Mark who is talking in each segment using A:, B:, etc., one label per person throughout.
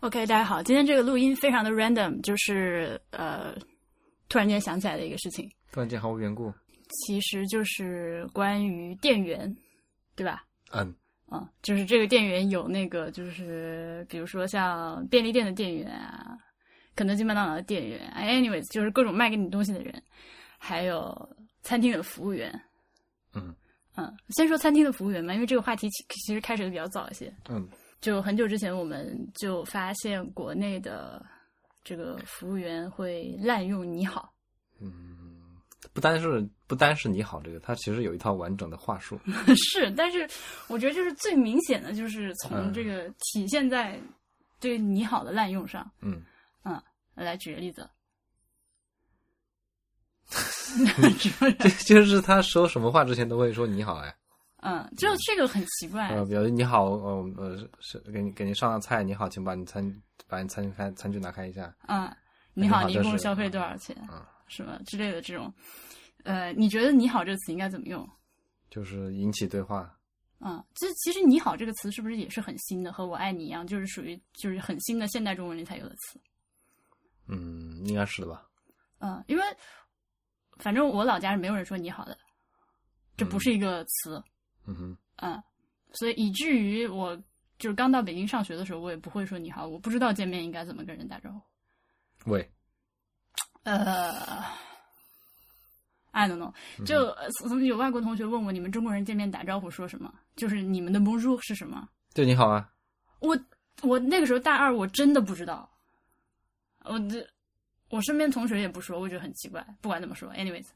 A: OK，大家好，今天这个录音非常的 random，就是呃，突然间想起来的一个事情，
B: 突然间毫无缘故。
A: 其实就是关于店员，对吧？
B: 嗯，
A: 嗯，就是这个店员有那个，就是比如说像便利店的店员啊，肯德基、麦当劳的店员哎，anyways，就是各种卖给你东西的人，还有餐厅的服务员。
B: 嗯
A: 嗯，先说餐厅的服务员吧，因为这个话题其其实开始的比较早一些。
B: 嗯，
A: 就很久之前，我们就发现国内的这个服务员会滥用“你好
B: 嗯不单是不单是你好这个，它其实有一套完整的话术。”，
A: 是，但是我觉得这是最明显的，就是从
B: 嗯
A: 这个体现在对“你好”的滥用上。
B: 嗯，
A: 来举个例子，
B: 这就是他说什么话之前都会说你好哎，
A: 嗯，就这个很奇怪，
B: 呃，比如你好，呃呃，是给你给您上了菜，你好，请把你餐把你餐具开餐具拿开一下。
A: 嗯，你
B: 你
A: 好，
B: 好
A: 你一
B: 这
A: 共
B: 是
A: 消费多少钱？
B: 嗯
A: 什么之类的这种，呃，你觉得“你好”这个词应该怎么用？
B: 就是引起对话。
A: 嗯，其实其实“你好”这个词是不是也是很新的，和我爱你一样，就是属于就是很新的现代中文里才有的词。
B: 嗯，应该是的吧？
A: 嗯，因为反正我老家是没有人说你好的，这不是一个词，
B: 嗯哼，
A: 嗯所以以至于我就是刚到北京上学的时候，我也不会说你好，我不知道见面应该怎么跟人打招呼。
B: 喂，
A: 呃，I don't know，就、呃有外国同学问我，你们中国人见面打招呼说什么？就是你们的 bonjour 是什么？
B: 对你好啊，
A: 我我那个时候大二，我真的不知道，我这我身边同学也不说，我觉得很奇怪。不管怎么说，anyways，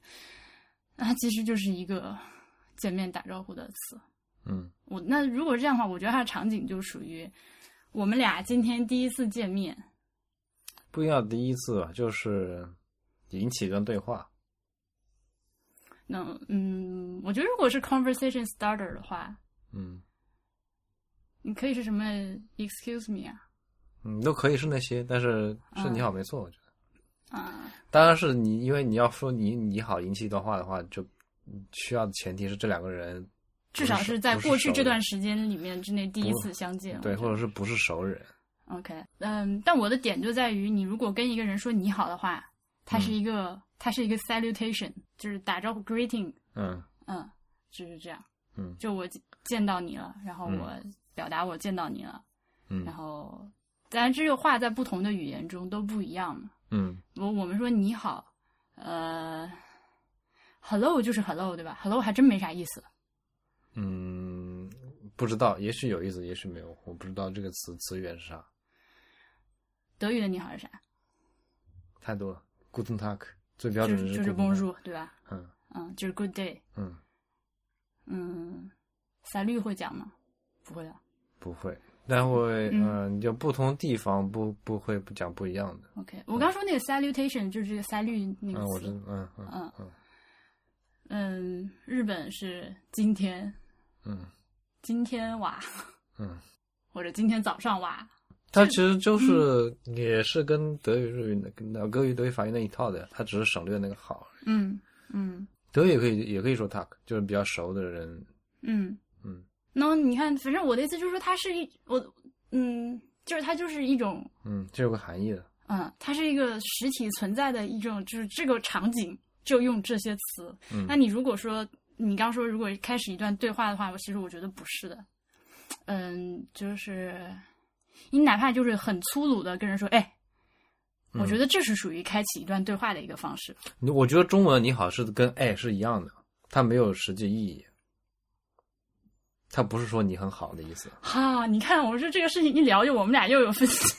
A: 那它其实就是一个见面打招呼的词。
B: 嗯
A: 我那如果是这样的话，我觉得它的场景就属于我们俩今天第一次见面。
B: 不一定要第一次吧，啊就是引起一段对话。
A: 那嗯，我觉得如果是 conversation starter 的话，
B: 嗯
A: 你可以是什么 excuse me 啊
B: 嗯，都可以是那些，但是是你好没错，我觉得。
A: 啊
B: 当然是你，因为你要说你你好引起一段话的话，就嗯需要的前提是这两个人
A: 至少
B: 不
A: 是
B: 是
A: 在
B: 不是
A: 过去
B: 熟
A: 这
B: 人
A: 段时间里面之内第一
B: 不
A: 次相见。
B: 对，
A: 我觉
B: 或
A: 得
B: 者是不是熟人。
A: OK，嗯，但我的点就在于，你如果跟一个人说你好的话，它
B: 嗯
A: 是一个、它是一个 salutation，就是打招呼 greeting，
B: 嗯
A: 嗯，就是这样。
B: 嗯
A: 就我见见到你了，然后
B: 嗯
A: 我表达我见到你了，
B: 嗯
A: 然后当然这个话在不同的语言中都不一样嘛。
B: 嗯
A: 我我们说你好，呃，hello 就是 hello 对吧？hello 还真没啥意思。
B: 嗯，不知道，也许有意思，也许没有，我不知道这个词词源是啥，
A: 德语的你好是啥？
B: 太多了。Guten Tag，最标
A: 就
B: 准
A: 是就是是
B: Guten Tag
A: bonjour 对吧？
B: 嗯
A: 嗯，就是 good day，
B: 嗯，
A: 嗯，salut 会讲吗？不会啊的。
B: 不会，但会
A: 嗯
B: 嗯，就不同地方不不会不讲不一样的。
A: OK，我刚说那个 salutation 就是这个 salut 那
B: 嗯，
A: 个
B: 我知
A: 词。
B: 嗯嗯
A: 嗯
B: 嗯
A: 嗯，日本是今天，
B: 嗯
A: 今天哇，
B: 嗯，
A: 或者今天早上哇。
B: 它 其实
A: 嗯
B: 就是也是跟德语、日语那跟那德语、德语、法语那一套的，它只是省略那个好。
A: 嗯嗯
B: 德语也可以也可以说 Tag，就是比较熟的人。
A: 嗯
B: 嗯
A: 然后你看，反正我的意思就是说，它是一我嗯，就是它就是一种
B: 嗯，这有个含义的。
A: 嗯，它是一个实体存在的一种，就是这个场景就用这些词。
B: 嗯
A: 那你如果说你刚说如果开始一段对话的话，我其实我觉得不是的。嗯，就是你哪怕就是很粗鲁的跟人说，哎，
B: 嗯
A: 我觉得这是属于开启一段对话的一个方式。
B: 你我觉得中文“你好”是跟“哎”是一样的，它没有实际意义，它不是说你很好的 意思。
A: 哈、你看，我说这个事情一聊就我们俩又有分歧。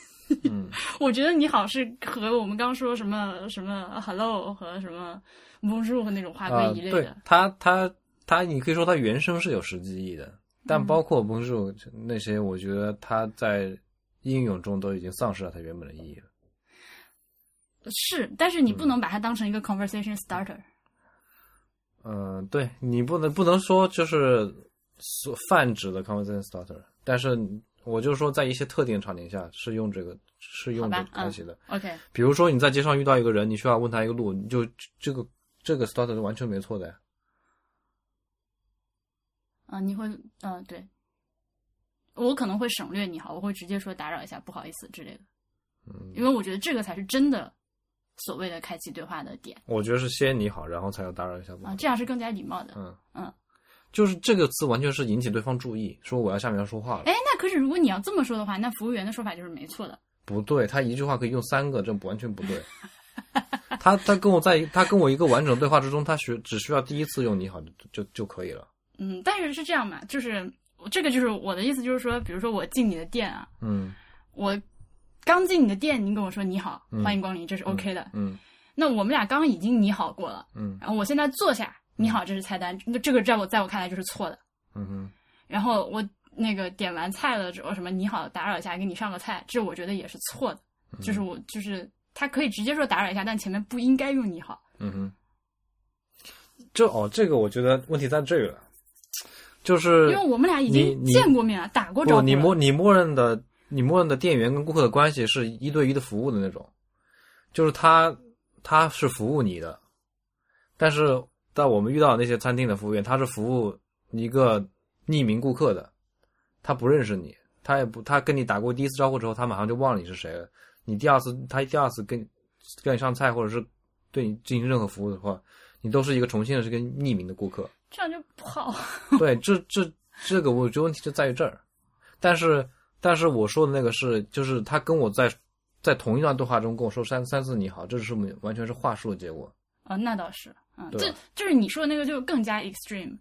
B: 嗯
A: 我觉得你好是和我们刚说什么什么 hello 和什么 bonjour 那种划
B: 啊、
A: 归一类
B: 对
A: 的。
B: 它它它，你可以说它原声是有实际意义
A: 嗯
B: 的，但包括 b o 那些，我觉得它在应用中都已经丧失了它原本的意义了。
A: 是，但是你不能把它当成一个 conversation starter。
B: 嗯、对你不能不能说就是所泛指的 conversation starter，但是我就说在一些特定场景下是用这个是用这
A: 好
B: 个
A: 吧嗯
B: 东西的。
A: OK，
B: 比如说你在街上遇到一个人，你需要问他一个路，你就这个这个 starter 是完全没错的呀。
A: 啊、你会，嗯、对，我可能会省略你好，我会直接说打扰一下，不好意思之类的。嗯，因为我觉得这个才是真的所谓的开启对话的点
B: 我觉得是先你好，然后才要打扰一下不好
A: 啊，这样是更加礼貌的。
B: 嗯
A: 嗯，
B: 就是这个词完全是引起对方注意，说我要下面要说话了。
A: 哎，那可是如果你要这么说的话，那服务员的说法就是没错的。
B: 不对，他一句话可以用三个，这完全不 对。他他跟我在一他跟我一个完整的对话之中，他需只需要第一次用你好就就就可以了。
A: 嗯，但是是这样嘛，就是这个就是我的意思，就是说，比如说我进你的店啊，
B: 嗯
A: 我刚进你的店，你跟我说你好，欢迎光临，这是 OK 的。
B: 嗯
A: 那我们俩刚已经你好过了，
B: 嗯
A: 然后我现在坐下，你好，这是菜单，那这个在我在我看来就是错的。
B: 嗯哼
A: 然后我那个点完菜了之后，什么你好，打扰一下，给你上个菜，这我觉得也是错的，
B: 嗯
A: 就是我就是他可以直接说打扰一下，但前面不应该用你好。
B: 嗯哼，这哦，这个我觉得问题在这个了，就是
A: 因为我们俩已
B: 呃你
A: 经
B: 你
A: 见过面了，打过招呼
B: 不，
A: 了。
B: 你默你默认的你默认的店员跟顾客的关系是一对一的服务的那种，就是他他是服务你的，但是在我们遇到的那些餐厅的服务员，他是服务一个匿名顾客的，他不认识你，他也不他跟你打过第一次招呼之后，他马上就忘了你是谁了。你第二次他第二次跟跟你上菜或者是对你进行任何服务的话，你都是一个重新的是个匿名的顾客。
A: 这样就不好。
B: 对，这这这个我觉得问题就在于这儿。但是但是我说的那个是，就是他跟我在在同一段对话中跟我说三三次你好，这是没完全是话术的结果。
A: 啊，那倒是，嗯，
B: 对啊嗯
A: 这
B: 吧
A: 就是你说的那个就更加 extreme。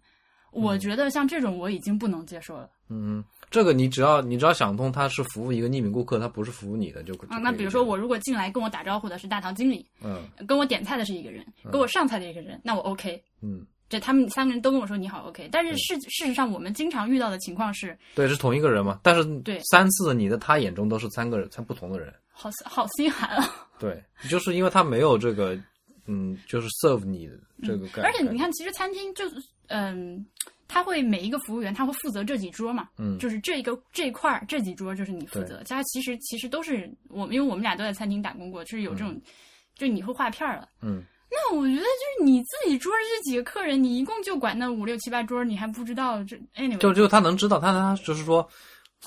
A: 我觉得像这种我已经不能接受了、
B: 嗯，这个你只要你只要想通，他是服务一个匿名顾客，他不是服务你的就可。
A: 啊。
B: 就
A: 那
B: 可以
A: 比如
B: 理
A: 说
B: 解
A: 我如果进来跟我打招呼的是大堂经理，
B: 嗯
A: 跟我点菜的是一个人，跟我上菜的一个人，那我 OK。
B: 嗯，
A: 这他们三个人都跟我说你好 OK，但是事事实上我们经常遇到的情况是，
B: 对，是同一个人嘛？但是
A: 对
B: 三次的你的他眼中都是三个人，三不同的人。
A: 好好心寒啊。
B: 对，就是因为他没有这个嗯，就是 serve 你的这个概
A: 嗯
B: 念。
A: 而且你看，其实餐厅就是嗯，他会每一个服务员他会负责这几桌嘛，
B: 嗯
A: 就是这一个这一块儿这几桌就是你负责。他其实其实都是我们，因为我们俩都在餐厅打工过，就是有这种，就你会划片儿了。
B: 嗯，
A: 那我觉得就是你自己桌这几个客人，你一共就管那五六七八桌，你还不知道这 anyway，
B: 就就他能知道，他他就是说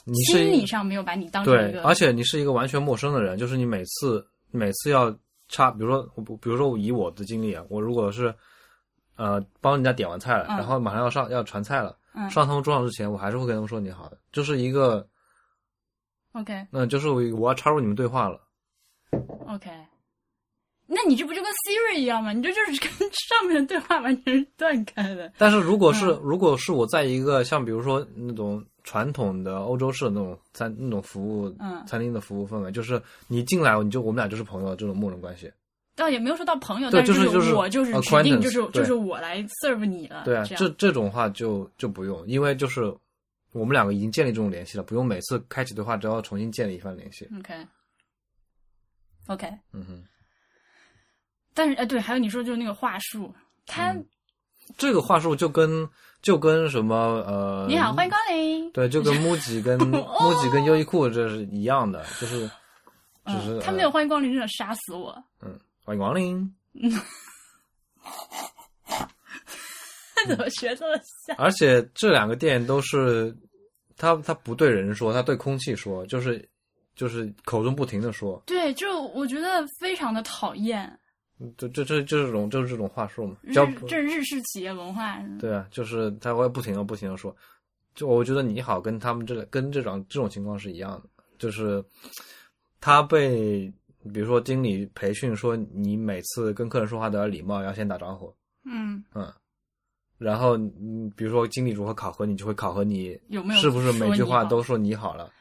B: 你是
A: 心理上没有把你当成一
B: 对，
A: 个
B: 而且你是一个完全陌生的人，就是你每次每次要插，比如说我不，比如说我以我的经历啊，我如果是呃帮人家点完菜了，
A: 嗯
B: 然后马上要上要传菜了，
A: 嗯
B: 上他们桌上之前，我还是会跟他们说你好的，就是一个
A: OK
B: 嗯、就是我我要插入你们对话了，
A: OK。那你这不就跟 Siri 一样吗？你这就是跟上面的对话完全是断开的。
B: 但是如果是、
A: 嗯
B: 如果是我在一个像比如说那种传统的欧洲式的那种餐那种服务、
A: 嗯
B: 餐厅的服务氛围，就是你进来你就我们俩就是朋友这种默认关系，
A: 倒也没有说到朋友，
B: 对
A: 但是
B: 就是就是
A: 我就是指
B: acquaintance，
A: 定就是
B: 对
A: 就是我来 serve 你了，
B: 对啊，
A: 这
B: 这
A: 样
B: 这种话就就不用，因为就是我们两个已经建立这种联系了，不用每次开启对话都要重新建立一番联系。
A: OK OK，
B: 嗯哼，
A: 但是哎对，还有你说就是那个话术，他、
B: 嗯这个话术就跟就跟什么呃，
A: 你好，欢迎光临，哦
B: 对，就跟 MUJI 跟 MUJI 跟优衣库这是一样的，就是只是呃
A: 嗯，他没有欢迎光临，真的杀死我，
B: 嗯，欢迎光临。
A: 他怎么学这么像？
B: 而且这两个店都是他他不对人说，他对空气说，就是就是口中不停的说，
A: 对，就我觉得非常的讨厌，
B: 就这这这种就是这种话术嘛，
A: 日
B: 教
A: 嗯这是日式企业文化，
B: 对啊，就是他会不停的不停的说，就我觉得你好跟他们这跟这种这种情况是一样的，就是他被比如说经理培训说你每次跟客人说话都要礼貌，要先打招呼，
A: 嗯，
B: 嗯，然后你比如说经理如何考核你，就会考核你
A: 有没有
B: 是不是每句话
A: 说你好
B: 都说你好了。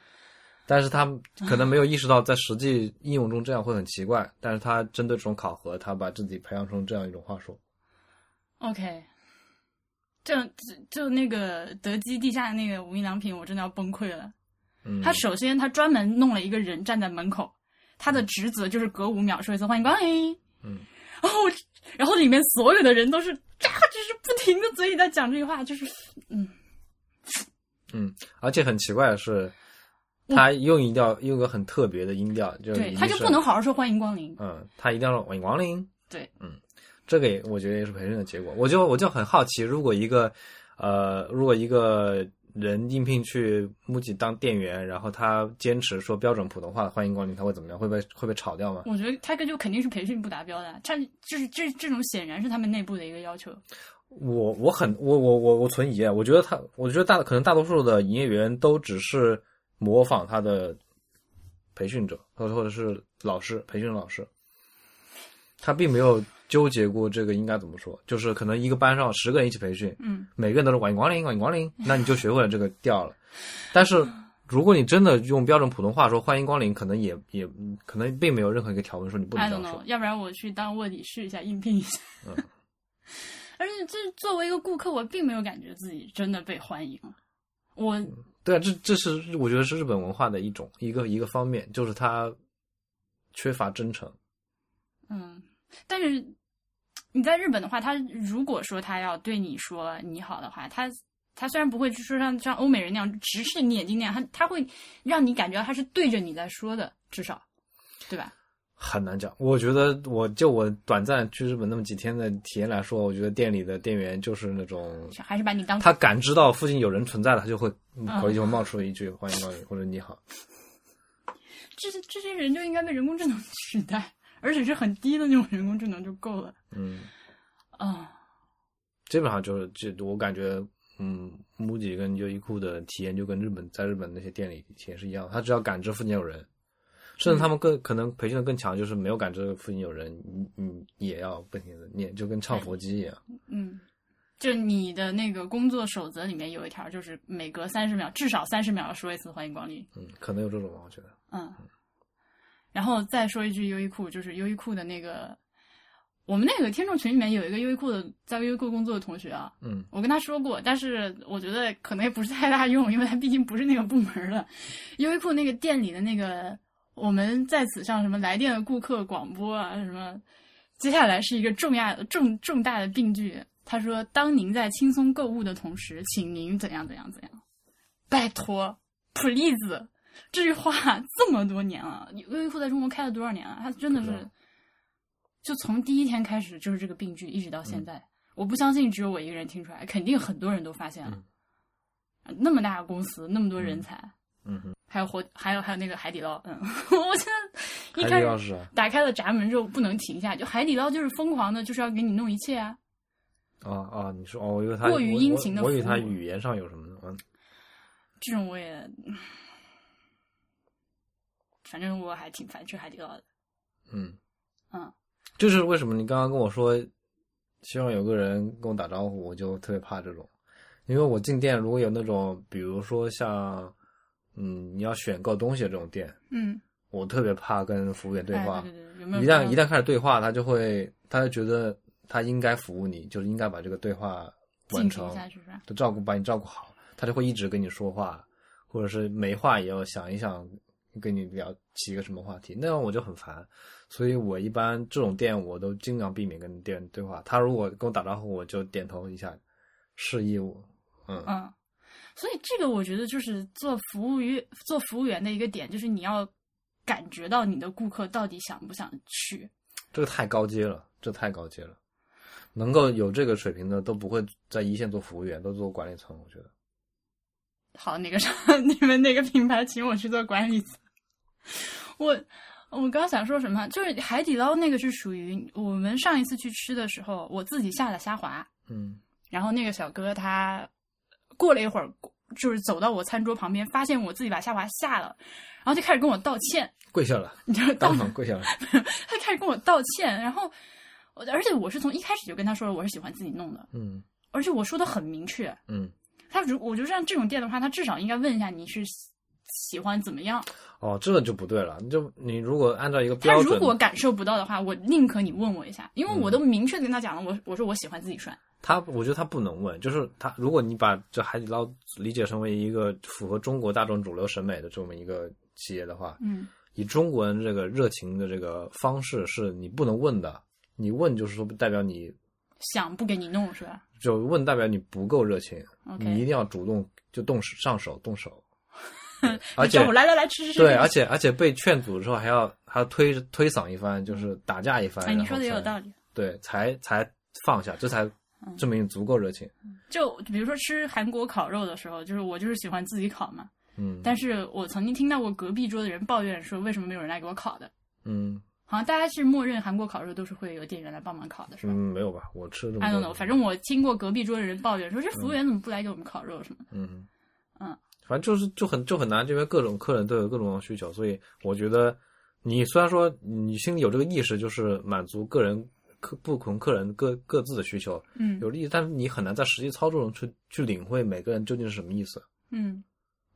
B: 但是他 可能没有意识到，在实际应用中这样会很奇怪。但是他针对这种考核，他把自己培养成这样一种话术。
A: OK，就就就那个德基地下的那个无印良品，我真的要崩溃了。
B: 嗯
A: 他首先他专门弄了一个人站在门口，他的职责就是隔五秒说一次“欢迎光临”。
B: 嗯，
A: 然后我然后里面所有的人都是，啊，就是不停的嘴里在讲这句话，就是
B: 嗯，而且很奇怪的是，他用一调用一个很特别的音调，就
A: 嗯
B: 是
A: 对，
B: 一
A: 他就是不能好好说“欢迎光临
B: 嗯，他一定要说欢迎光临。
A: 对，
B: 嗯，这个也我觉得也是培训的结果。我就我就很好奇，如果一个呃，如果一个人应聘去木吉当店员，然后他坚持说标准普通话“欢迎光临”，他会怎么样？会被会被炒掉吗？
A: 我觉得他跟就肯定是培训不达标的，他就是这这种显然是他们内部的一个要求。
B: 我我很我我我我存疑啊！我觉得他，我觉得大可能大多数的营业员都只是模仿他的培训者，或者或者是老师培训老师，他并没有纠结过这个应该怎么说。就是可能一个班上十个人一起培训，
A: 嗯，
B: 每个人都是“欢迎光临，欢迎 光临”，那你就学会了这个调了。但是如果你真的用标准普通话说“欢迎光临”，可能也也可能并没有任何一个条文说你不能
A: I
B: 这
A: don't
B: 样说
A: know，。要不然我去当卧底试一下，应聘一下。
B: 嗯
A: 而且这作为一个顾客，我并没有感觉自己真的被欢迎。我
B: 对啊，这这是我觉得是日本文化的一种一个一个方面，就是它缺乏真诚。
A: 嗯，但是你在日本的话，他如果说他要对你说你好的话，他他虽然不会说像像欧美人那样直视你眼睛那样，他他会让你感觉到他是对着你在说的，至少，对吧？
B: 很难讲，我觉得我就我短暂去日本那么几天的体验来说，我觉得店里的店员就是那种，
A: 还是把你当
B: 他感知到附近有人存在了，他就会口里就会冒出一句“欢迎光临”或者“你好
A: 这些这些人就应该被人工智能取代，而且是很低的那种人工智能就够了。”。
B: 嗯，
A: 啊、
B: 基本上就是这，我感觉，嗯，MUJI 跟优衣库的体验就跟日本在日本那些店里体验是一样的，他只要感知附近有人，甚至他们更、可能培训的更强，就是没有感知附近有人，你你也要不停的念，就跟唱佛机一样。
A: 嗯，就你的那个工作守则里面有一条，就是每隔三十秒至少三十秒要说一次“欢迎光临”。
B: 嗯，可能有这种吧，我觉得。
A: 嗯，然后再说一句优衣库，就是优衣库的那个，我们那个听众群里面有一个优衣库的，在优衣库工作的同学啊，
B: 嗯，
A: 我跟他说过，但是我觉得可能也不是太大用，因为他毕竟不是那个部门的。优衣库那个店里的那个，我们在此向什么来电的顾客广播啊，什么，接下来是一个重要重重大的病句。他说：“当您在轻松购物的同时，请您怎样怎样怎样，拜托，please。”这句话 这么多年了，优衣库在中国开了多少年啊？它真的
B: 不知
A: 是
B: 道，
A: 就从第一天开始就是这个病句，一直到
B: 嗯
A: 现在。我不相信只有我一个人听出来，肯定很多人都发现了。那么大的公司，那么多人才，
B: 嗯哼，
A: 还有活，还有还有那个海底捞，嗯， 我现在一
B: 还
A: 开
B: 有钥
A: 始
B: 匙啊
A: 打开了闸门之后不能停下，就海底捞就是疯狂的，就是要给你弄一切啊。
B: 啊啊！你说哦，我以为他
A: 过于殷勤的
B: 我我，我以为
A: 服务
B: 他语言上有什么呢？嗯
A: 这种我也，反正我还挺烦吃海底捞的。
B: 嗯
A: 嗯，
B: 这是为什么你刚刚跟我说希望有个人跟我打招呼，我就特别怕这种，因为我进店如果有那种，比如说像嗯你要选购东西的这种店，
A: 嗯，
B: 我特别怕跟服务员对
A: 哎
B: 话。
A: 对对对，有没有
B: 一
A: 朋
B: 旦
A: 友
B: 一旦开始对话，他就会他就觉得他应该服务你，就是应该把这个对话完
A: 进
B: 成
A: 行。下去是吧？
B: 就照顾把你照顾好，他就会一直跟你说话，或者是没话也要想一想，跟你聊起一个什么话题，那样我就很烦。所以我一般这种店我都尽量避免跟店员对话。他如果跟我打招呼，我就点头一下，示意我。嗯
A: 嗯，所以这个我觉得就是做服务员做服务员的一个点，就是你要感觉到你的顾客到底想不想去。
B: 这个太高阶了，这太高阶了。能够有这个水平的都不会在一线做服务员，都做管理层。我觉得
A: 好，那个啥， 你们那个品牌请我去做管理层。我我刚想说什么，就是海底捞那个是属于我们上一次去吃的时候，我自己下的虾滑，
B: 嗯
A: 然后那个小哥他过了一会儿，就是走到我餐桌旁边，发现我自己把虾滑下了，然后就开始跟我道歉，
B: 跪下了，
A: 你知道道
B: 当场跪下了。
A: 他开始跟我道歉，然后我而且我是从一开始就跟他说了我是喜欢自己弄的，
B: 嗯
A: 而且我说的很明确。
B: 嗯，
A: 他如我觉得像这种店的话，他至少应该问一下你是喜喜欢怎么样。
B: 哦，这个就不对了。你就你如果按照一个
A: 他
B: 标准，嗯
A: 如果感受不到的话，我宁可你问我一下，因为我都明确地跟他讲了，我我说我喜欢自己涮。
B: 他，我觉得他不能问，就是他，如果你把这海底捞理解成为一个符合中国大众主流审美的这么一个企业的话，
A: 嗯，
B: 以中国人这个热情的这个方式是你不能问的，你问就是说代表你
A: 想不给你弄是吧
B: 就问代表你不够热情，你一
A: ？OK，
B: 定要主动就动手上手 动手，对而且
A: 叫我来来来吃吃吃。
B: 对，而且而且被劝阻之后还要还要推推搡一番，就是打架一番，
A: 哎，
B: 然
A: 你
B: 后
A: 说的也有嗯
B: 才
A: 道理。
B: 对，才才放下，这才证明你足够热情。
A: 就比如说吃韩国烤肉的时候，就是我就是喜欢自己烤嘛，
B: 嗯，
A: 但是我曾经听到过隔壁桌的人抱怨说，为什么没有人来给我烤的？
B: 嗯
A: 好像大家是默认韩国烤肉都是会有店员来帮忙烤的，是
B: 嗯，
A: 吧、
B: 没有吧？我吃了这
A: i
B: 么
A: don't
B: 多
A: know，反正我听过隔壁桌的人抱怨说，这服务员怎么不来给我们烤肉什么的？
B: 嗯
A: 嗯，
B: 反正就是就很就很难，这边各种客人都有各种需求，所以我觉得你虽然说你心里有这个意识，就是满足个人客不同客人各各自的需求
A: 嗯
B: 有利益，但是你很难在实际操作中去去领会每个人究竟是什么意思。
A: 嗯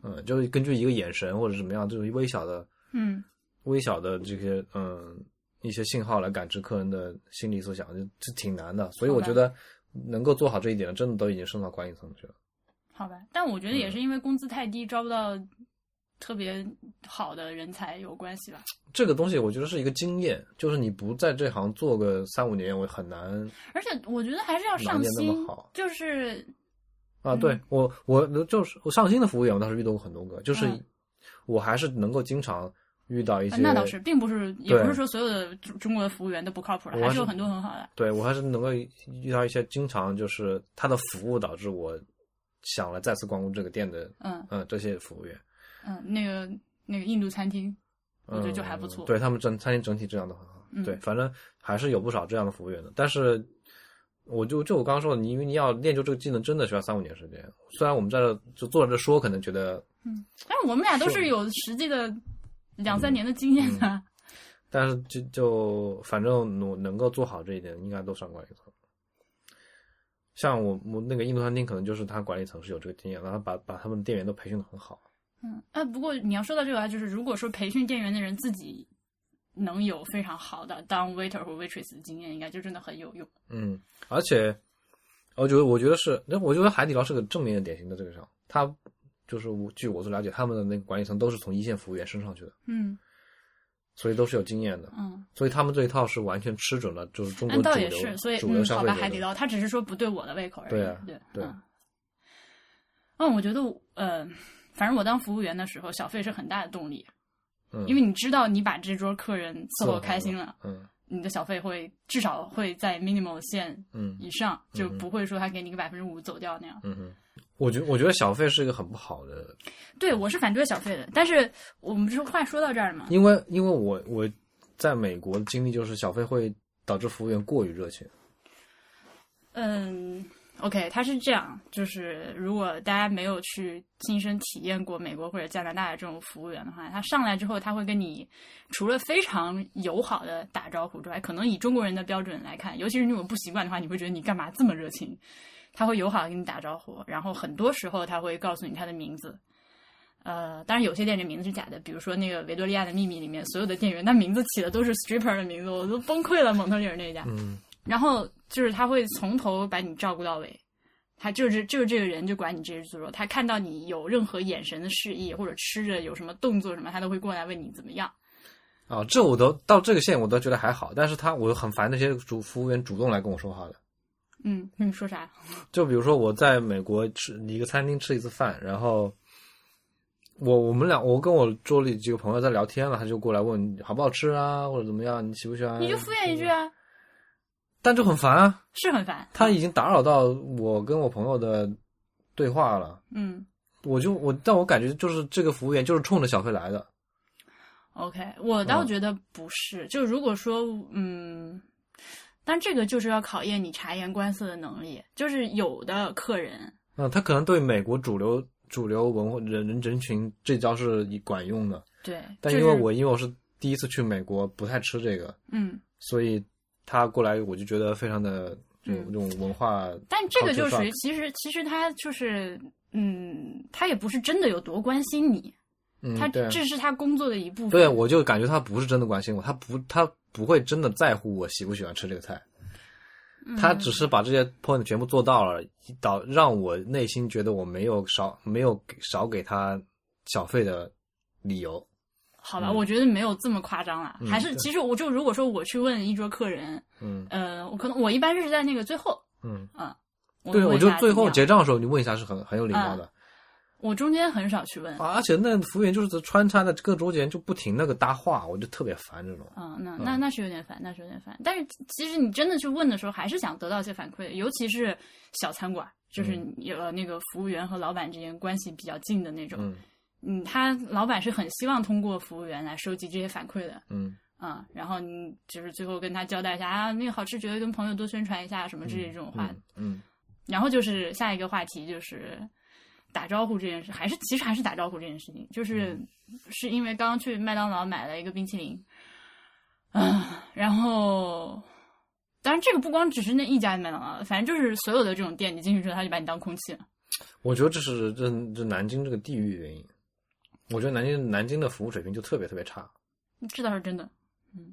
B: 嗯，就是根据一个眼神或者什么样这种微小的
A: 嗯
B: 微小的这些嗯一些信号来感知客人的心理所想，就这挺难的。所以我觉得能够做好这一点的，真的都已经升到管理层去了。
A: 好吧，但我觉得也
B: 嗯
A: 是因为工资太低，招不到特别好的人才有关系吧。
B: 这个东西我觉得是一个经验，就是你不在这行做个三五年，我很难
A: 而且我觉得还是要上
B: 哪有那
A: 心
B: 么好，
A: 就是
B: 啊。
A: 嗯
B: 对我，我就是我上新的服务员，我当时遇到过很多个，就是
A: 嗯
B: 我还是能够经常遇到一
A: 啊
B: 些，
A: 那倒是，并不是，也
B: 对
A: 不是说所有的中中国的服务员都不靠谱了，
B: 我
A: 还
B: 是
A: 是有很多很好的。
B: 对我还是能够遇到一些经常就是他的服务导致我想了再次光顾这个店的，
A: 嗯
B: 嗯，这些服务员。
A: 嗯，那个那个印度餐厅，我觉得就还不错。
B: 嗯对他们整餐厅整体质量都很好。
A: 嗯
B: 对，反正还是有不少这样的服务员的。但是，我就就我刚刚说的，你因为你要练就这个技能，真的需要三五年时间。虽然我们在这就坐在这说，可能觉得，
A: 但是我们俩都是有实际的两
B: 嗯
A: 三年的经验的、
B: 但是就就反正我能够做好这一点，应该都上管理层。像我我那个印度餐厅，可能就是他管理层是有这个经验，然后把把他们店员都培训的很好。
A: 嗯，啊，不过你要说到这个啊，就是如果说培训店员的人自己能有非常好的当 waiter 或 waitress 的经验，应该就真的很有用。
B: 嗯，而且我觉得，我觉得是，那我觉得海底捞是个正面的典型的这个上，他就是我据我所了解，他们的那个管理层都是从一线服务员升上去的，
A: 嗯
B: 所以都是有经验的，
A: 嗯，
B: 所以他们这一套是完全吃准了，就是中国
A: 嗯，倒
B: 主
A: 也
B: 流
A: 是，所以
B: 主流
A: 嗯，
B: 消
A: 好
B: 费
A: 吧，
B: 者
A: 海底
B: 的。
A: 捞他只是说不对我的胃口而已。
B: 对啊
A: 对
B: 对
A: 嗯嗯，我觉得我呃，反正我当服务员的时候，小费是很大的动力，
B: 嗯
A: 因为你知道你把这桌客人伺
B: 伺
A: 候
B: 候
A: 开
B: 好
A: 心了，
B: 嗯
A: 你的小费会至少会在 minimal 线
B: 嗯
A: 以上，就
B: 嗯哼
A: 不会说他给你个百分之五走掉那样。
B: 嗯哼，我觉我觉得小费是一个很不好的，
A: 对我是反对小费的，但是我们不是话说到这儿了嘛，
B: 因为因为我我在美国的经历就是小费会导致服务员过于热情，
A: 嗯，OK，它是这样，就是如果大家没有去亲身体验过美国或者加拿大的这种服务员的话，他上来之后，他会跟你除了非常友好的打招呼之外，可能以中国人的标准来看，尤其是你如果不习惯的话，你会觉得你干嘛这么热情？他会友好的跟你打招呼，然后很多时候他会告诉你他的名字。呃，当然有些店这名字是假的，比如说那个《维多利亚的秘密》里面所有的店员，他名字起的都是 stripper 的名字，我都崩溃了。蒙特利尔那一家，
B: 嗯
A: 然后就是他会从头把你照顾到尾，他就是就是这个人就管你这只说，他看到你有任何眼神的示意或者吃着有什么动作什么，他都会过来问你怎么样。
B: 啊，这我都到这个线我都觉得还好，但是他我很烦那些主服务员主动来跟我说话的。
A: 嗯，你说啥？
B: 就比如说我在美国吃一个餐厅吃一次饭，然后我我们俩我跟我桌里几个朋友在聊天了，他就过来问你好不好吃啊，或者怎么样，你喜不喜欢？
A: 你就敷衍一句，啊，
B: 但就很烦啊，
A: 是很烦。
B: 嗯他已经打扰到我跟我朋友的对话了。
A: 嗯
B: 我就我，但我感觉就是这个服务员就是冲着小费来的，
A: ，OK，我
B: 嗯
A: 倒觉得不是。就如果说，嗯，但这个就是要考验你察言观色的能力。就是有的客人，
B: 嗯，他可能对美国主流主流文化人人人群这招是管用的，
A: 对，
B: 但
A: 就
B: 因为
A: 是
B: 我因为我是第一次去美国，不太吃这个，
A: 嗯，
B: 所以他过来我就觉得非常的这种
A: 嗯
B: 这种文化，
A: 但这个就
B: culture
A: 属于
B: shock
A: 其实其实他就是嗯，他也不是真的有多关心你，
B: 嗯，
A: 他
B: 对啊
A: 这是他工作的一部分。
B: 对，我就感觉他不是真的关心我，他不他不会真的在乎我喜不喜欢吃这个菜，
A: 嗯
B: 他只是把这些 point 全部做到了，导让我内心觉得我没有少没有给少给他小费的理由，
A: 好吧，
B: 嗯
A: 我觉得没有这么夸张啦，
B: 嗯
A: 还是
B: 对
A: 其实我就如果说我去问一桌客人，
B: 嗯
A: 呃，我可能我一般是在那个最后，
B: 嗯，
A: 我
B: 对，
A: 问
B: 我
A: 一
B: 就
A: 下
B: 最
A: 怎么
B: 后
A: 样
B: 结账的时候你问一下是很很有礼貌的，
A: 我中间很少去问。
B: 啊而且那服务员就是穿插在各中间就不停那个搭话，我就特别烦这种。
A: 嗯，那那那是有点烦，那是有点烦。但是其实你真的去问的时候，还是想得到一些反馈，尤其是小餐馆，就是
B: 嗯
A: 有了那个服务员和老板之间关系比较近的那种。
B: 嗯
A: 嗯，他老板是很希望通过服务员来收集这些反馈的。
B: 嗯
A: 嗯，然后你就是最后跟他交代一下啊，那个好吃觉得跟朋友多宣传一下什么之类这种话。
B: 嗯嗯，
A: 然后就是下一个话题就是打招呼这件事，还是其实还是打招呼这件事情，
B: 嗯
A: 就是、是因为刚刚去麦当劳买了一个冰淇淋，啊，然后当然这个不光只是那一家麦当劳，反正就是所有的这种店，你进去之后他就把你当空气了。
B: 我觉得这是这这南京这个地域原因。我觉得南京南京的服务水平就特别特别差，
A: 这倒是真的，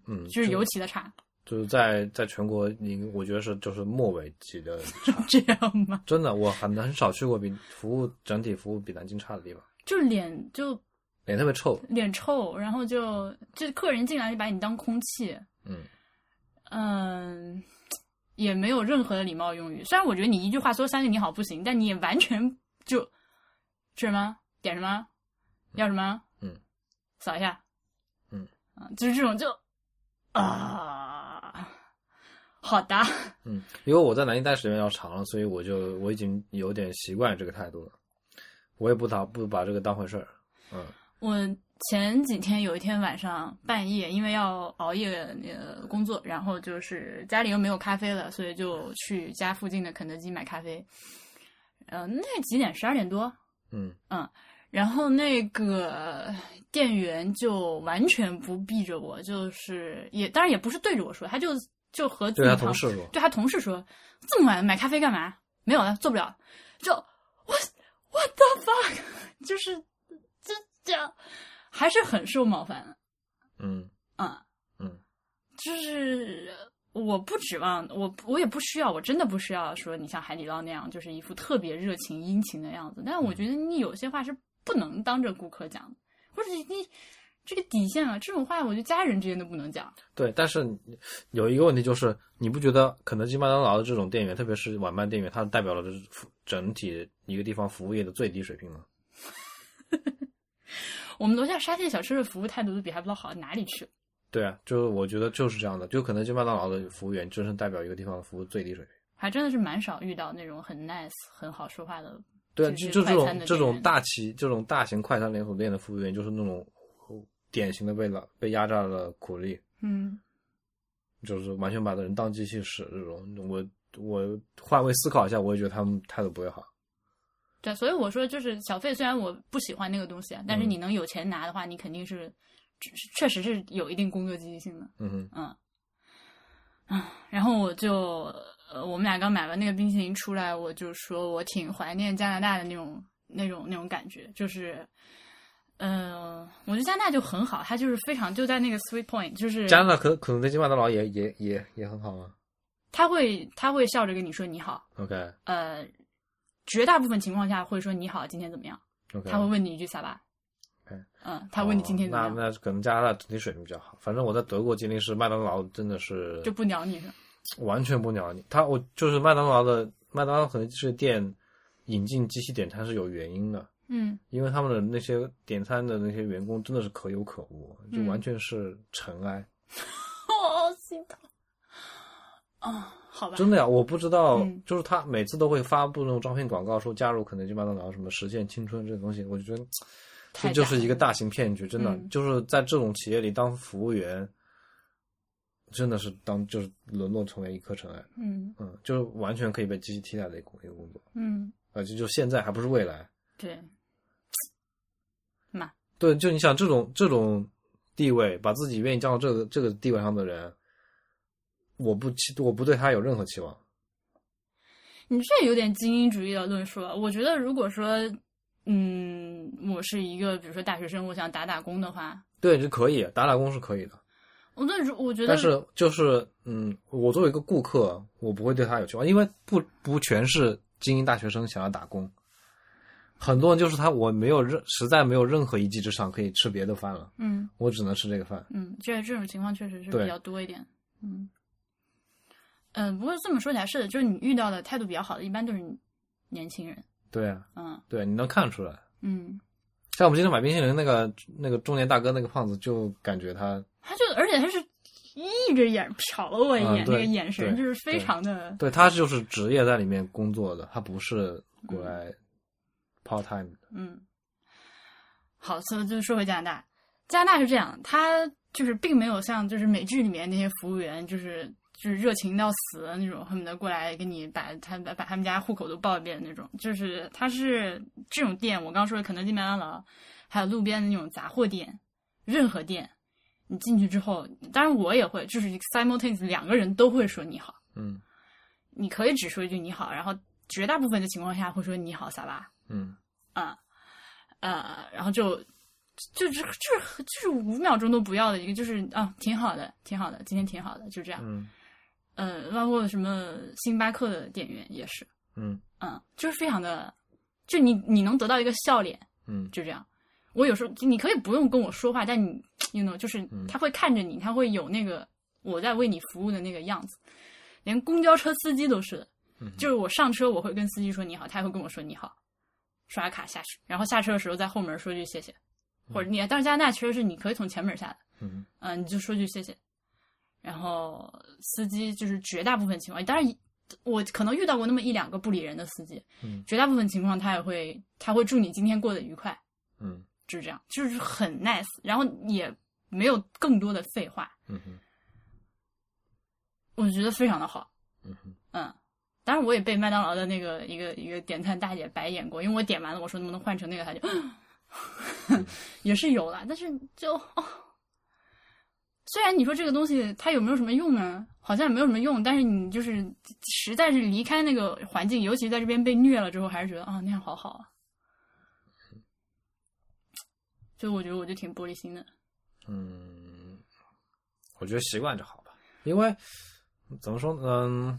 B: 嗯，
A: 就是尤其的差， ，
B: 就是在在全国，你我觉得是就是末尾级的差
A: 这样吗？
B: 真的，我很很少去过比服务整体服务比南京差的地方，
A: 就脸就
B: 脸特别臭，
A: 脸臭，然后就就客人进来就把你当空气，
B: 嗯
A: 嗯，也没有任何的礼貌用语。虽然我觉得你一句话说三个你好不行，但你也完全就吃什么点什么，要什么，
B: 嗯，
A: 扫一下，
B: 嗯，
A: 啊，就是这种就啊，好的，
B: 嗯，因为我在南京待时间要长了，所以我就我已经有点习惯这个态度了，我也不打不把这个当回事儿，嗯
A: 我前几天有一天晚上半夜，因为要熬夜呃工作，然后就是家里又没有咖啡了，所以就去家附近的肯德基买咖啡。呃，那几点？十二点多。
B: 嗯
A: 然后那个店员就完全不避着我，就是也当然也不是对着我说，他就就和自
B: 对
A: 己
B: 他
A: 旁
B: 同事说，
A: 对他同事说：“这么晚买咖啡干嘛？没有了，啊做不了。”就我 what the fuck，就是 这这样，还是很受冒犯的
B: 嗯
A: 啊。
B: 嗯，
A: 就是我不指望我，我也不需要，我真的不需要说你像海底捞那样，就是一副特别热情殷勤的样子。但是我觉得你有些话是不能当着顾客讲的，或者你这个底线啊，这种话我觉得家人之间都不能讲。
B: 对，但是你有一个问题就是，你不觉得肯德基、麦当劳的这种店员，特别是晚班店员，它代表了这服整体一个地方服务业的最低水平吗？
A: 我们楼下沙县小吃的服务态度都比还不知道好到哪里去了。
B: 对啊，就是我觉得就是这样的，就肯德基、麦当劳的服务员，真是代表一个地方的服务最低水平。
A: 还真的是蛮少遇到那种很 nice、很好说话的。
B: 对啊，
A: 就
B: 就是就这
A: 快餐
B: 种
A: 的
B: 这
A: 店
B: 种
A: 员
B: 大企、这种大型快餐连锁店的服务员，就是那种典型的被老被压榨了苦力，
A: 嗯，
B: 就是完全把人当机器使这种。我我换位思考一下，我也觉得他们态度不会好。
A: 对，所以我说就是小费，虽然我不喜欢那个东西啊，但是
B: 嗯
A: 你能有钱拿的话，你肯定是确确实是有一定工作积极性的。
B: 嗯哼，
A: 然后我就呃，我们俩刚买完那个冰淇淋出来，我就说我挺怀念加拿大的那种那种那种感觉，就是。嗯、我觉得加拿大就很好，它就是非常就在那个 sweet point，就是
B: 加拿大肯肯德基、麦当劳也也也也很好吗
A: 他会他会笑着跟你说你好，
B: ？OK
A: 呃，绝大部分情况下会说你好，今天怎么样？
B: OK，
A: 他会问你一句啥吧
B: OK 哦
A: 嗯，他问你今天怎么
B: 那
A: 样，
B: 那可能加拿大整体水平比较好。反正我在德国经历是麦当劳真的是
A: 就不鸟你了。
B: 完全不鸟你。他我就是麦当劳的麦当劳肯德基这店引进机器点餐是有原因的，
A: 嗯
B: 因为他们的那些点餐的那些员工真的是可有可无，就
A: 嗯
B: 完全是尘埃。
A: 好心疼。啊，好吧，
B: 真的呀，我不知道，
A: 嗯
B: 就是他每次都会发布那种招聘广告，说加入肯德基、麦当劳什么实现青春这种东西，我就觉得
A: 太
B: 这
A: 假
B: 就是一个大型骗局，真的、
A: 嗯
B: 就是在这种企业里当服务员，真的是当就是沦落成为一颗尘埃，
A: 嗯
B: 嗯，就是完全可以被机器替代的一个一个工作，
A: 嗯，
B: 而且就现在还不是未来，
A: 对，
B: 对，就你想这种这种地位，把自己愿意降到这个这个地位上的人，我不期我不对他有任何期望，
A: 你这有点精英主义的论述了。我觉得如果说，嗯，我是一个比如说大学生，我想打打工的话，
B: 对，这可以打打工是可以的。
A: 我那如我觉得
B: 但是就是嗯，我作为一个顾客，我不会对他有期望，因为不不全是精英大学生想要打工，很多人就是他我没有任实在没有任何一技之长可以吃别的饭了，
A: 嗯。
B: 我只能吃这个饭。
A: 嗯，这这种情况确实是
B: 对
A: 比较多一点。嗯，嗯、不过这么说起来是的，就是你遇到的态度比较好的，一般都是年轻人。
B: 对啊，
A: 嗯，
B: 对，你能看出来，
A: 嗯，
B: 像我们经常买冰淇淋那个那个中年大哥那个胖子，就感觉他
A: 他就而且他是眯着眼瞟了我一眼，
B: 嗯对
A: 那个眼神
B: 对
A: 就是非常的
B: 对他就是职业在里面工作的，他不是过来 part time 的。
A: 嗯，好，所以就说回加拿大，加拿大是这样，它就是并没有像就是美剧里面那些服务员，就是就是热情到死的那种，恨不得过来给你把他把把他们家户口都报一遍的那种，就是它是这种店，我刚说的肯德基、麦当劳，还有路边的那种杂货店，任何店。你进去之后，当然我也会，就是 simultaneous 两个人都会说你好，
B: 嗯
A: 你可以只说一句你好，然后绝大部分的情况下会说你好，萨拉。
B: 嗯，
A: 呃，然后就就就是就是就是五秒钟都不要的一个，就是啊，挺好的，挺好的，今天挺好的，就这样。
B: 嗯
A: 呃，包括什么星巴克的店员也是，
B: 嗯
A: 嗯，就是非常的，就你你能得到一个笑脸，
B: 嗯
A: 就这样。我有时候你可以不用跟我说话，但你 you know 就是
B: 嗯
A: 他会看着你，他会有那个我在为你服务的那个样子。连公交车司机都是的，
B: 嗯
A: 就是我上车我会跟司机说你好，他也会跟我说你好，刷卡下去，然后下车的时候在后门说句谢谢，或者你但是加拿大其实是你可以从前门下的，
B: 嗯
A: 嗯、你就说句谢谢。然后司机就是绝大部分情况，当然我可能遇到过那么一两个不理人的司机，
B: 嗯
A: 绝大部分情况他也会他会祝你今天过得愉快，
B: 嗯
A: 就是这样，就是很 nice，然后也没有更多的废话，
B: 嗯哼
A: 我觉得非常的好。
B: 嗯哼
A: 嗯，当然我也被麦当劳的那个一个一个点餐大姐白眼过，因为我点完了，我说能不能换成那个，她就
B: 嗯
A: 也是有啦，但是就、哦、虽然你说这个东西它有没有什么用呢？好像也没有什么用，但是你就是实在是离开那个环境，尤其在这边被虐了之后，还是觉得啊、那样好好啊。就我觉得我就挺玻璃心的，
B: 嗯，我觉得习惯就好吧，因为怎么说呢，嗯，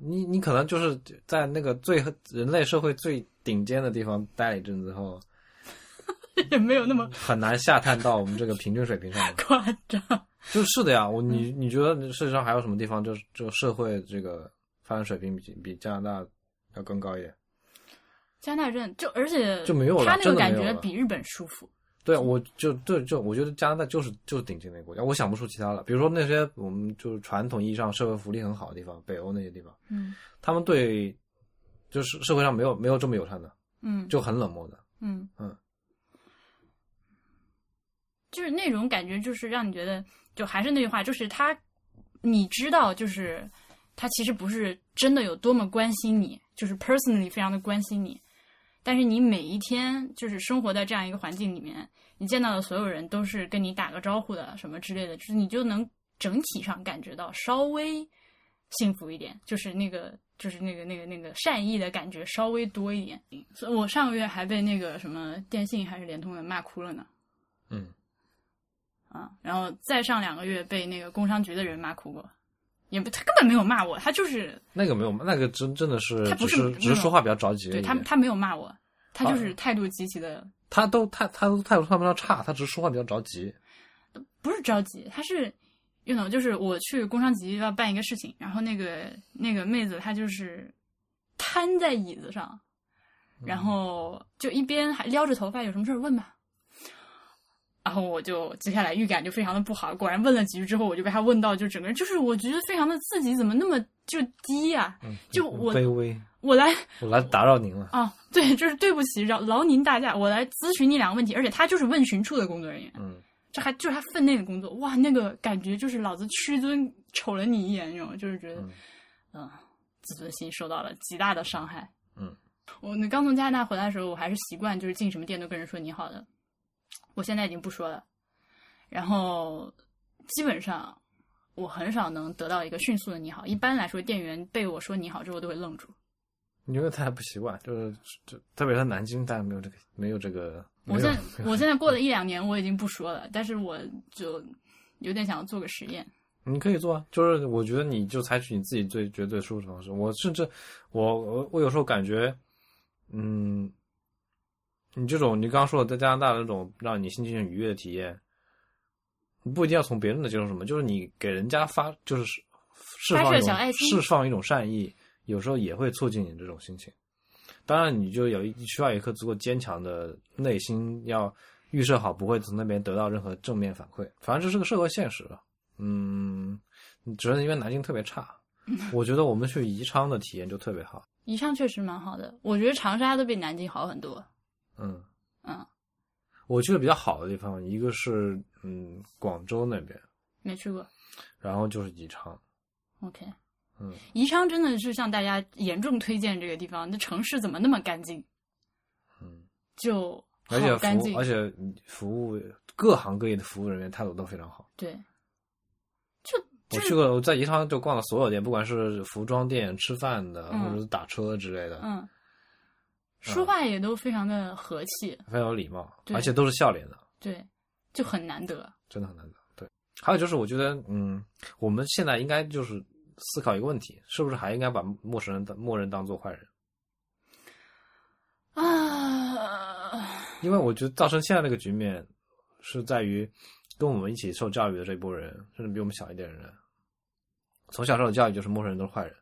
B: 你你可能就是在那个最人类社会最顶尖的地方待了一阵子后，
A: 也没有那么
B: 很难下探到我们这个平均水平上 来。
A: 夸张。
B: 就是的呀，我你你觉得世界上还有什么地方就是就社会这个发展水平比比加拿大要更高一点？
A: 加拿大真的就而且
B: 就没有了
A: 他那个
B: 真的没
A: 感
B: 有
A: 觉
B: 了
A: 比日本舒服。
B: 对，啊我就对就我觉得加拿大就是就是顶尖的一个国家，我想不出其他了。比如说那些我们就是传统意义上社会福利很好的地方，北欧那些地方，
A: 嗯
B: 他们对就是社会上没有没有这么友善的，
A: 嗯
B: 就很冷漠的。
A: 嗯
B: 嗯，
A: 就是那种感觉，就是让你觉得，就还是那句话，就是他，你知道，就是他其实不是真的有多么关心你，就是 personally 非常的关心你，但是你每一天就是生活在这样一个环境里面，你见到的所有人都是跟你打个招呼的什么之类的，就是你就能整体上感觉到稍微幸福一点，就是那个就是那个那个那个善意的感觉稍微多一点。所以我上个月还被那个什么电信还是联通的骂哭了呢。
B: 嗯
A: 啊，然后再上两个月被那个工商局的人骂哭过，也不他根本没有骂我，他就是
B: 那个没有，那个真真的是
A: 他不是
B: 只是
A: 那
B: 只是
A: 种
B: 说话比较着急而
A: 对
B: 已。
A: 他他没有骂我，他就是态度极其的
B: 他都他他都态度算不上差，他只是说话比较着急。
A: 不是着急，他是，you know，就是我去工商局要办一个事情，然后那个那个妹子她就是瘫在椅子上，然后就一边还撩着头发，有什么事儿问吧。然后我就接下来预感就非常的不好，果然问了几句之后，我就被她问到，就整个人就是我觉得非常的自己怎么那么就低呀、
B: 嗯
A: 就我
B: 卑微，
A: 我来
B: 我来打扰您了。
A: 啊、对，就是对不起，扰劳您大驾，我来咨询你两个问题，而且她就是问询处的工作人员，
B: 嗯
A: 这还就是他分内的工作，哇，那个感觉就是老子屈尊瞅了你一眼那种，就是觉得，嗯、自尊心受到了极大的伤害。
B: 嗯，
A: 我那刚从加拿大回来的时候，我还是习惯就是进什么店都跟人说你好的，我现在已经不说了。然后基本上我很少能得到一个迅速的你好，一般来说店员被我说你好之后都会愣住。
B: 因为他不习惯，就是就特别在南京，大家没有这个没有这个。
A: 我
B: 没
A: 现
B: 有嗯
A: 在我现在过了一两年，我已经不说了，但是我就有点想要做个实验。
B: 你可以做啊，就是我觉得你就采取你自己最觉得最舒服的方式。我甚至我我我有时候感觉，嗯，你这种你刚刚说的在加拿大的那种让你心情愉悦的体验，你不一定要从别人的接受什么，就是你给人家发就是释释
A: 发
B: 放
A: 射
B: 一种
A: 小爱心
B: 释放一种善意，有时候也会促进你这种心情。当然，你就有一需要有一颗足够坚强的内心，要预设好不会从那边得到任何正面反馈。反正这是个社会现实。嗯，只是因为南京特别差，我觉得我们去宜昌的体验就特别好。
A: 宜昌确实蛮好的，我觉得长沙都比南京好很多。
B: 嗯，
A: 嗯，
B: 我去的比较好的地方，一个是嗯广州那边，
A: 没去过。
B: 然后就是宜昌。
A: OK，
B: 嗯，
A: 宜昌真的是向大家严重推荐这个地方。那城市怎么那么干净？
B: 嗯，
A: 就
B: 而且
A: 好干
B: 服
A: 净
B: 务，而。且服务各行各业的服务人员态度都非常好。
A: 对，
B: 我去过，我在宜昌就逛了所有店，不管是服装店、吃饭的，
A: 嗯
B: 或者是打车之类的，
A: 嗯，说话也都非常的和气，
B: 非常有礼貌，
A: 对
B: 而且都是笑脸的，
A: 对，就很难得。
B: 真的很难得。对，还有就是我觉得，嗯，我们现在应该就是思考一个问题，是不是还应该把陌生人当默认当做坏人？
A: 啊，
B: 因为我觉得造成现在这个局面，是在于跟我们一起受教育的这波人，甚至比我们小一点的人，从小受的教育就是陌生人都是坏人。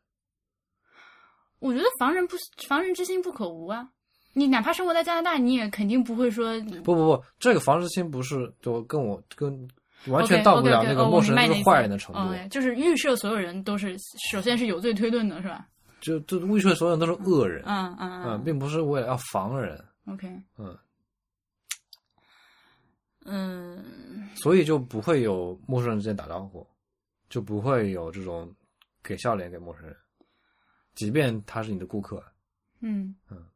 A: 我觉得防人不防人之心不可无啊。你哪怕生活在加拿大，你也肯定不会说
B: 不不不，这个防治心不是就跟我跟完全
A: OK，
B: 到不
A: OK，OK，
B: 了那个
A: 哦
B: 陌生
A: 我明
B: 人就
A: 白
B: 是
A: 你
B: 坏人
A: 的
B: 的
A: 意思
B: 程度，
A: 哦就是预设所有人都是首先是有罪推论的，是吧？
B: 就就误会所有人都是恶人，
A: 嗯
B: 嗯，
A: 嗯
B: 并不是为了要防人，
A: 嗯，OK，
B: 嗯，
A: 嗯，
B: 所以就不会有陌生人之间打招呼，就不会有这种给笑脸给陌生人，即便他是你的顾客，
A: 嗯
B: 嗯，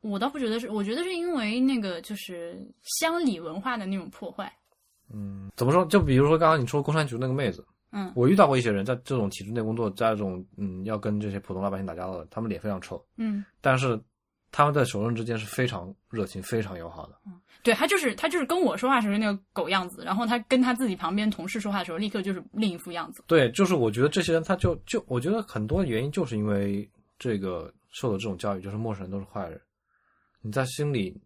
A: 我倒不觉得是，我觉得是因为那个就是乡里文化的那种破坏。
B: 嗯，怎么说？就比如说刚刚你说工商局那个妹子，
A: 嗯
B: 我遇到过一些人在这种体制内工作，在这种嗯要跟这些普通老百姓打交道的，他们脸非常臭，
A: 嗯，
B: 但是他们在熟人之间是非常热情、非常友好的。
A: 对他就是他就是跟我说话时候那个狗样子，然后他跟他自己旁边同事说话的时候，立刻就是另一副样子。
B: 对，就是我觉得这些人他就就我觉得很多原因就是因为这个受的这种教育，就是陌生人都是坏人，你在心里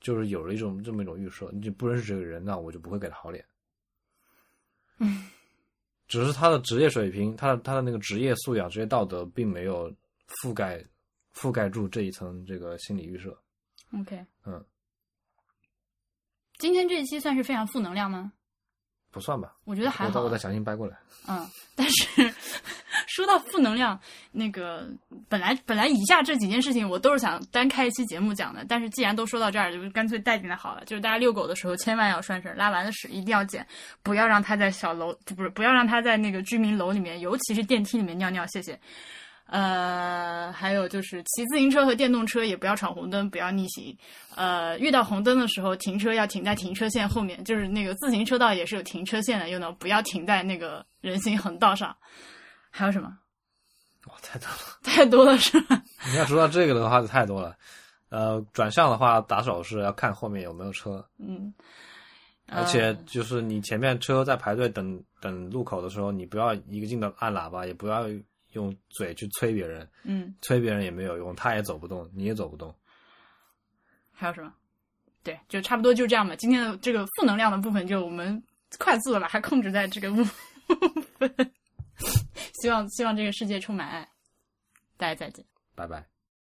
B: 就是有了一种这么一种预设，你就不认识这个人，那我就不会给他好脸。
A: 嗯，
B: 只是他的职业水平，他的他的那个职业素养、职业道德，并没有覆盖覆盖住这一层这个心理预设。
A: OK，
B: 嗯，
A: 今天这一期算是非常负能量吗？
B: 不算吧，
A: 我觉得还
B: 我再
A: 好
B: 我。再想尽掰过来。
A: 嗯，但是说到负能量，那个本来本来以下这几件事情我都是想单开一期节目讲的，但是既然都说到这儿，就干脆带进来好了。就是大家遛狗的时候千万要拴绳，拉完了屎一定要捡，不要让它在小楼，不是不要让它在那个居民楼里面，尤其是电梯里面尿尿，谢谢。呃，还有就是骑自行车和电动车也不要闯红灯，不要逆行。呃，遇到红灯的时候，停车要停在停车线后面，就是那个自行车道也是有停车线的，又能不要停在那个人行横道上。还有什么？
B: 哇，太多了！
A: 太多了是吧？
B: 你要说到这个的话，太多了。呃，转向的话，打手势要看后面有没有车，
A: 嗯，呃
B: 而且就是你前面车在排队等等路口的时候，你不要一个劲的按喇叭，也不要用嘴去催别人，
A: 嗯，
B: 催别人也没有用，他也走不动，你也走不动。
A: 还有什么？嗯对，就差不多就这样吧。今天的这个负能量的部分，就我们快速的把它控制在这个部 分。希望希望这个世界充满爱。大家再见。
B: 拜拜。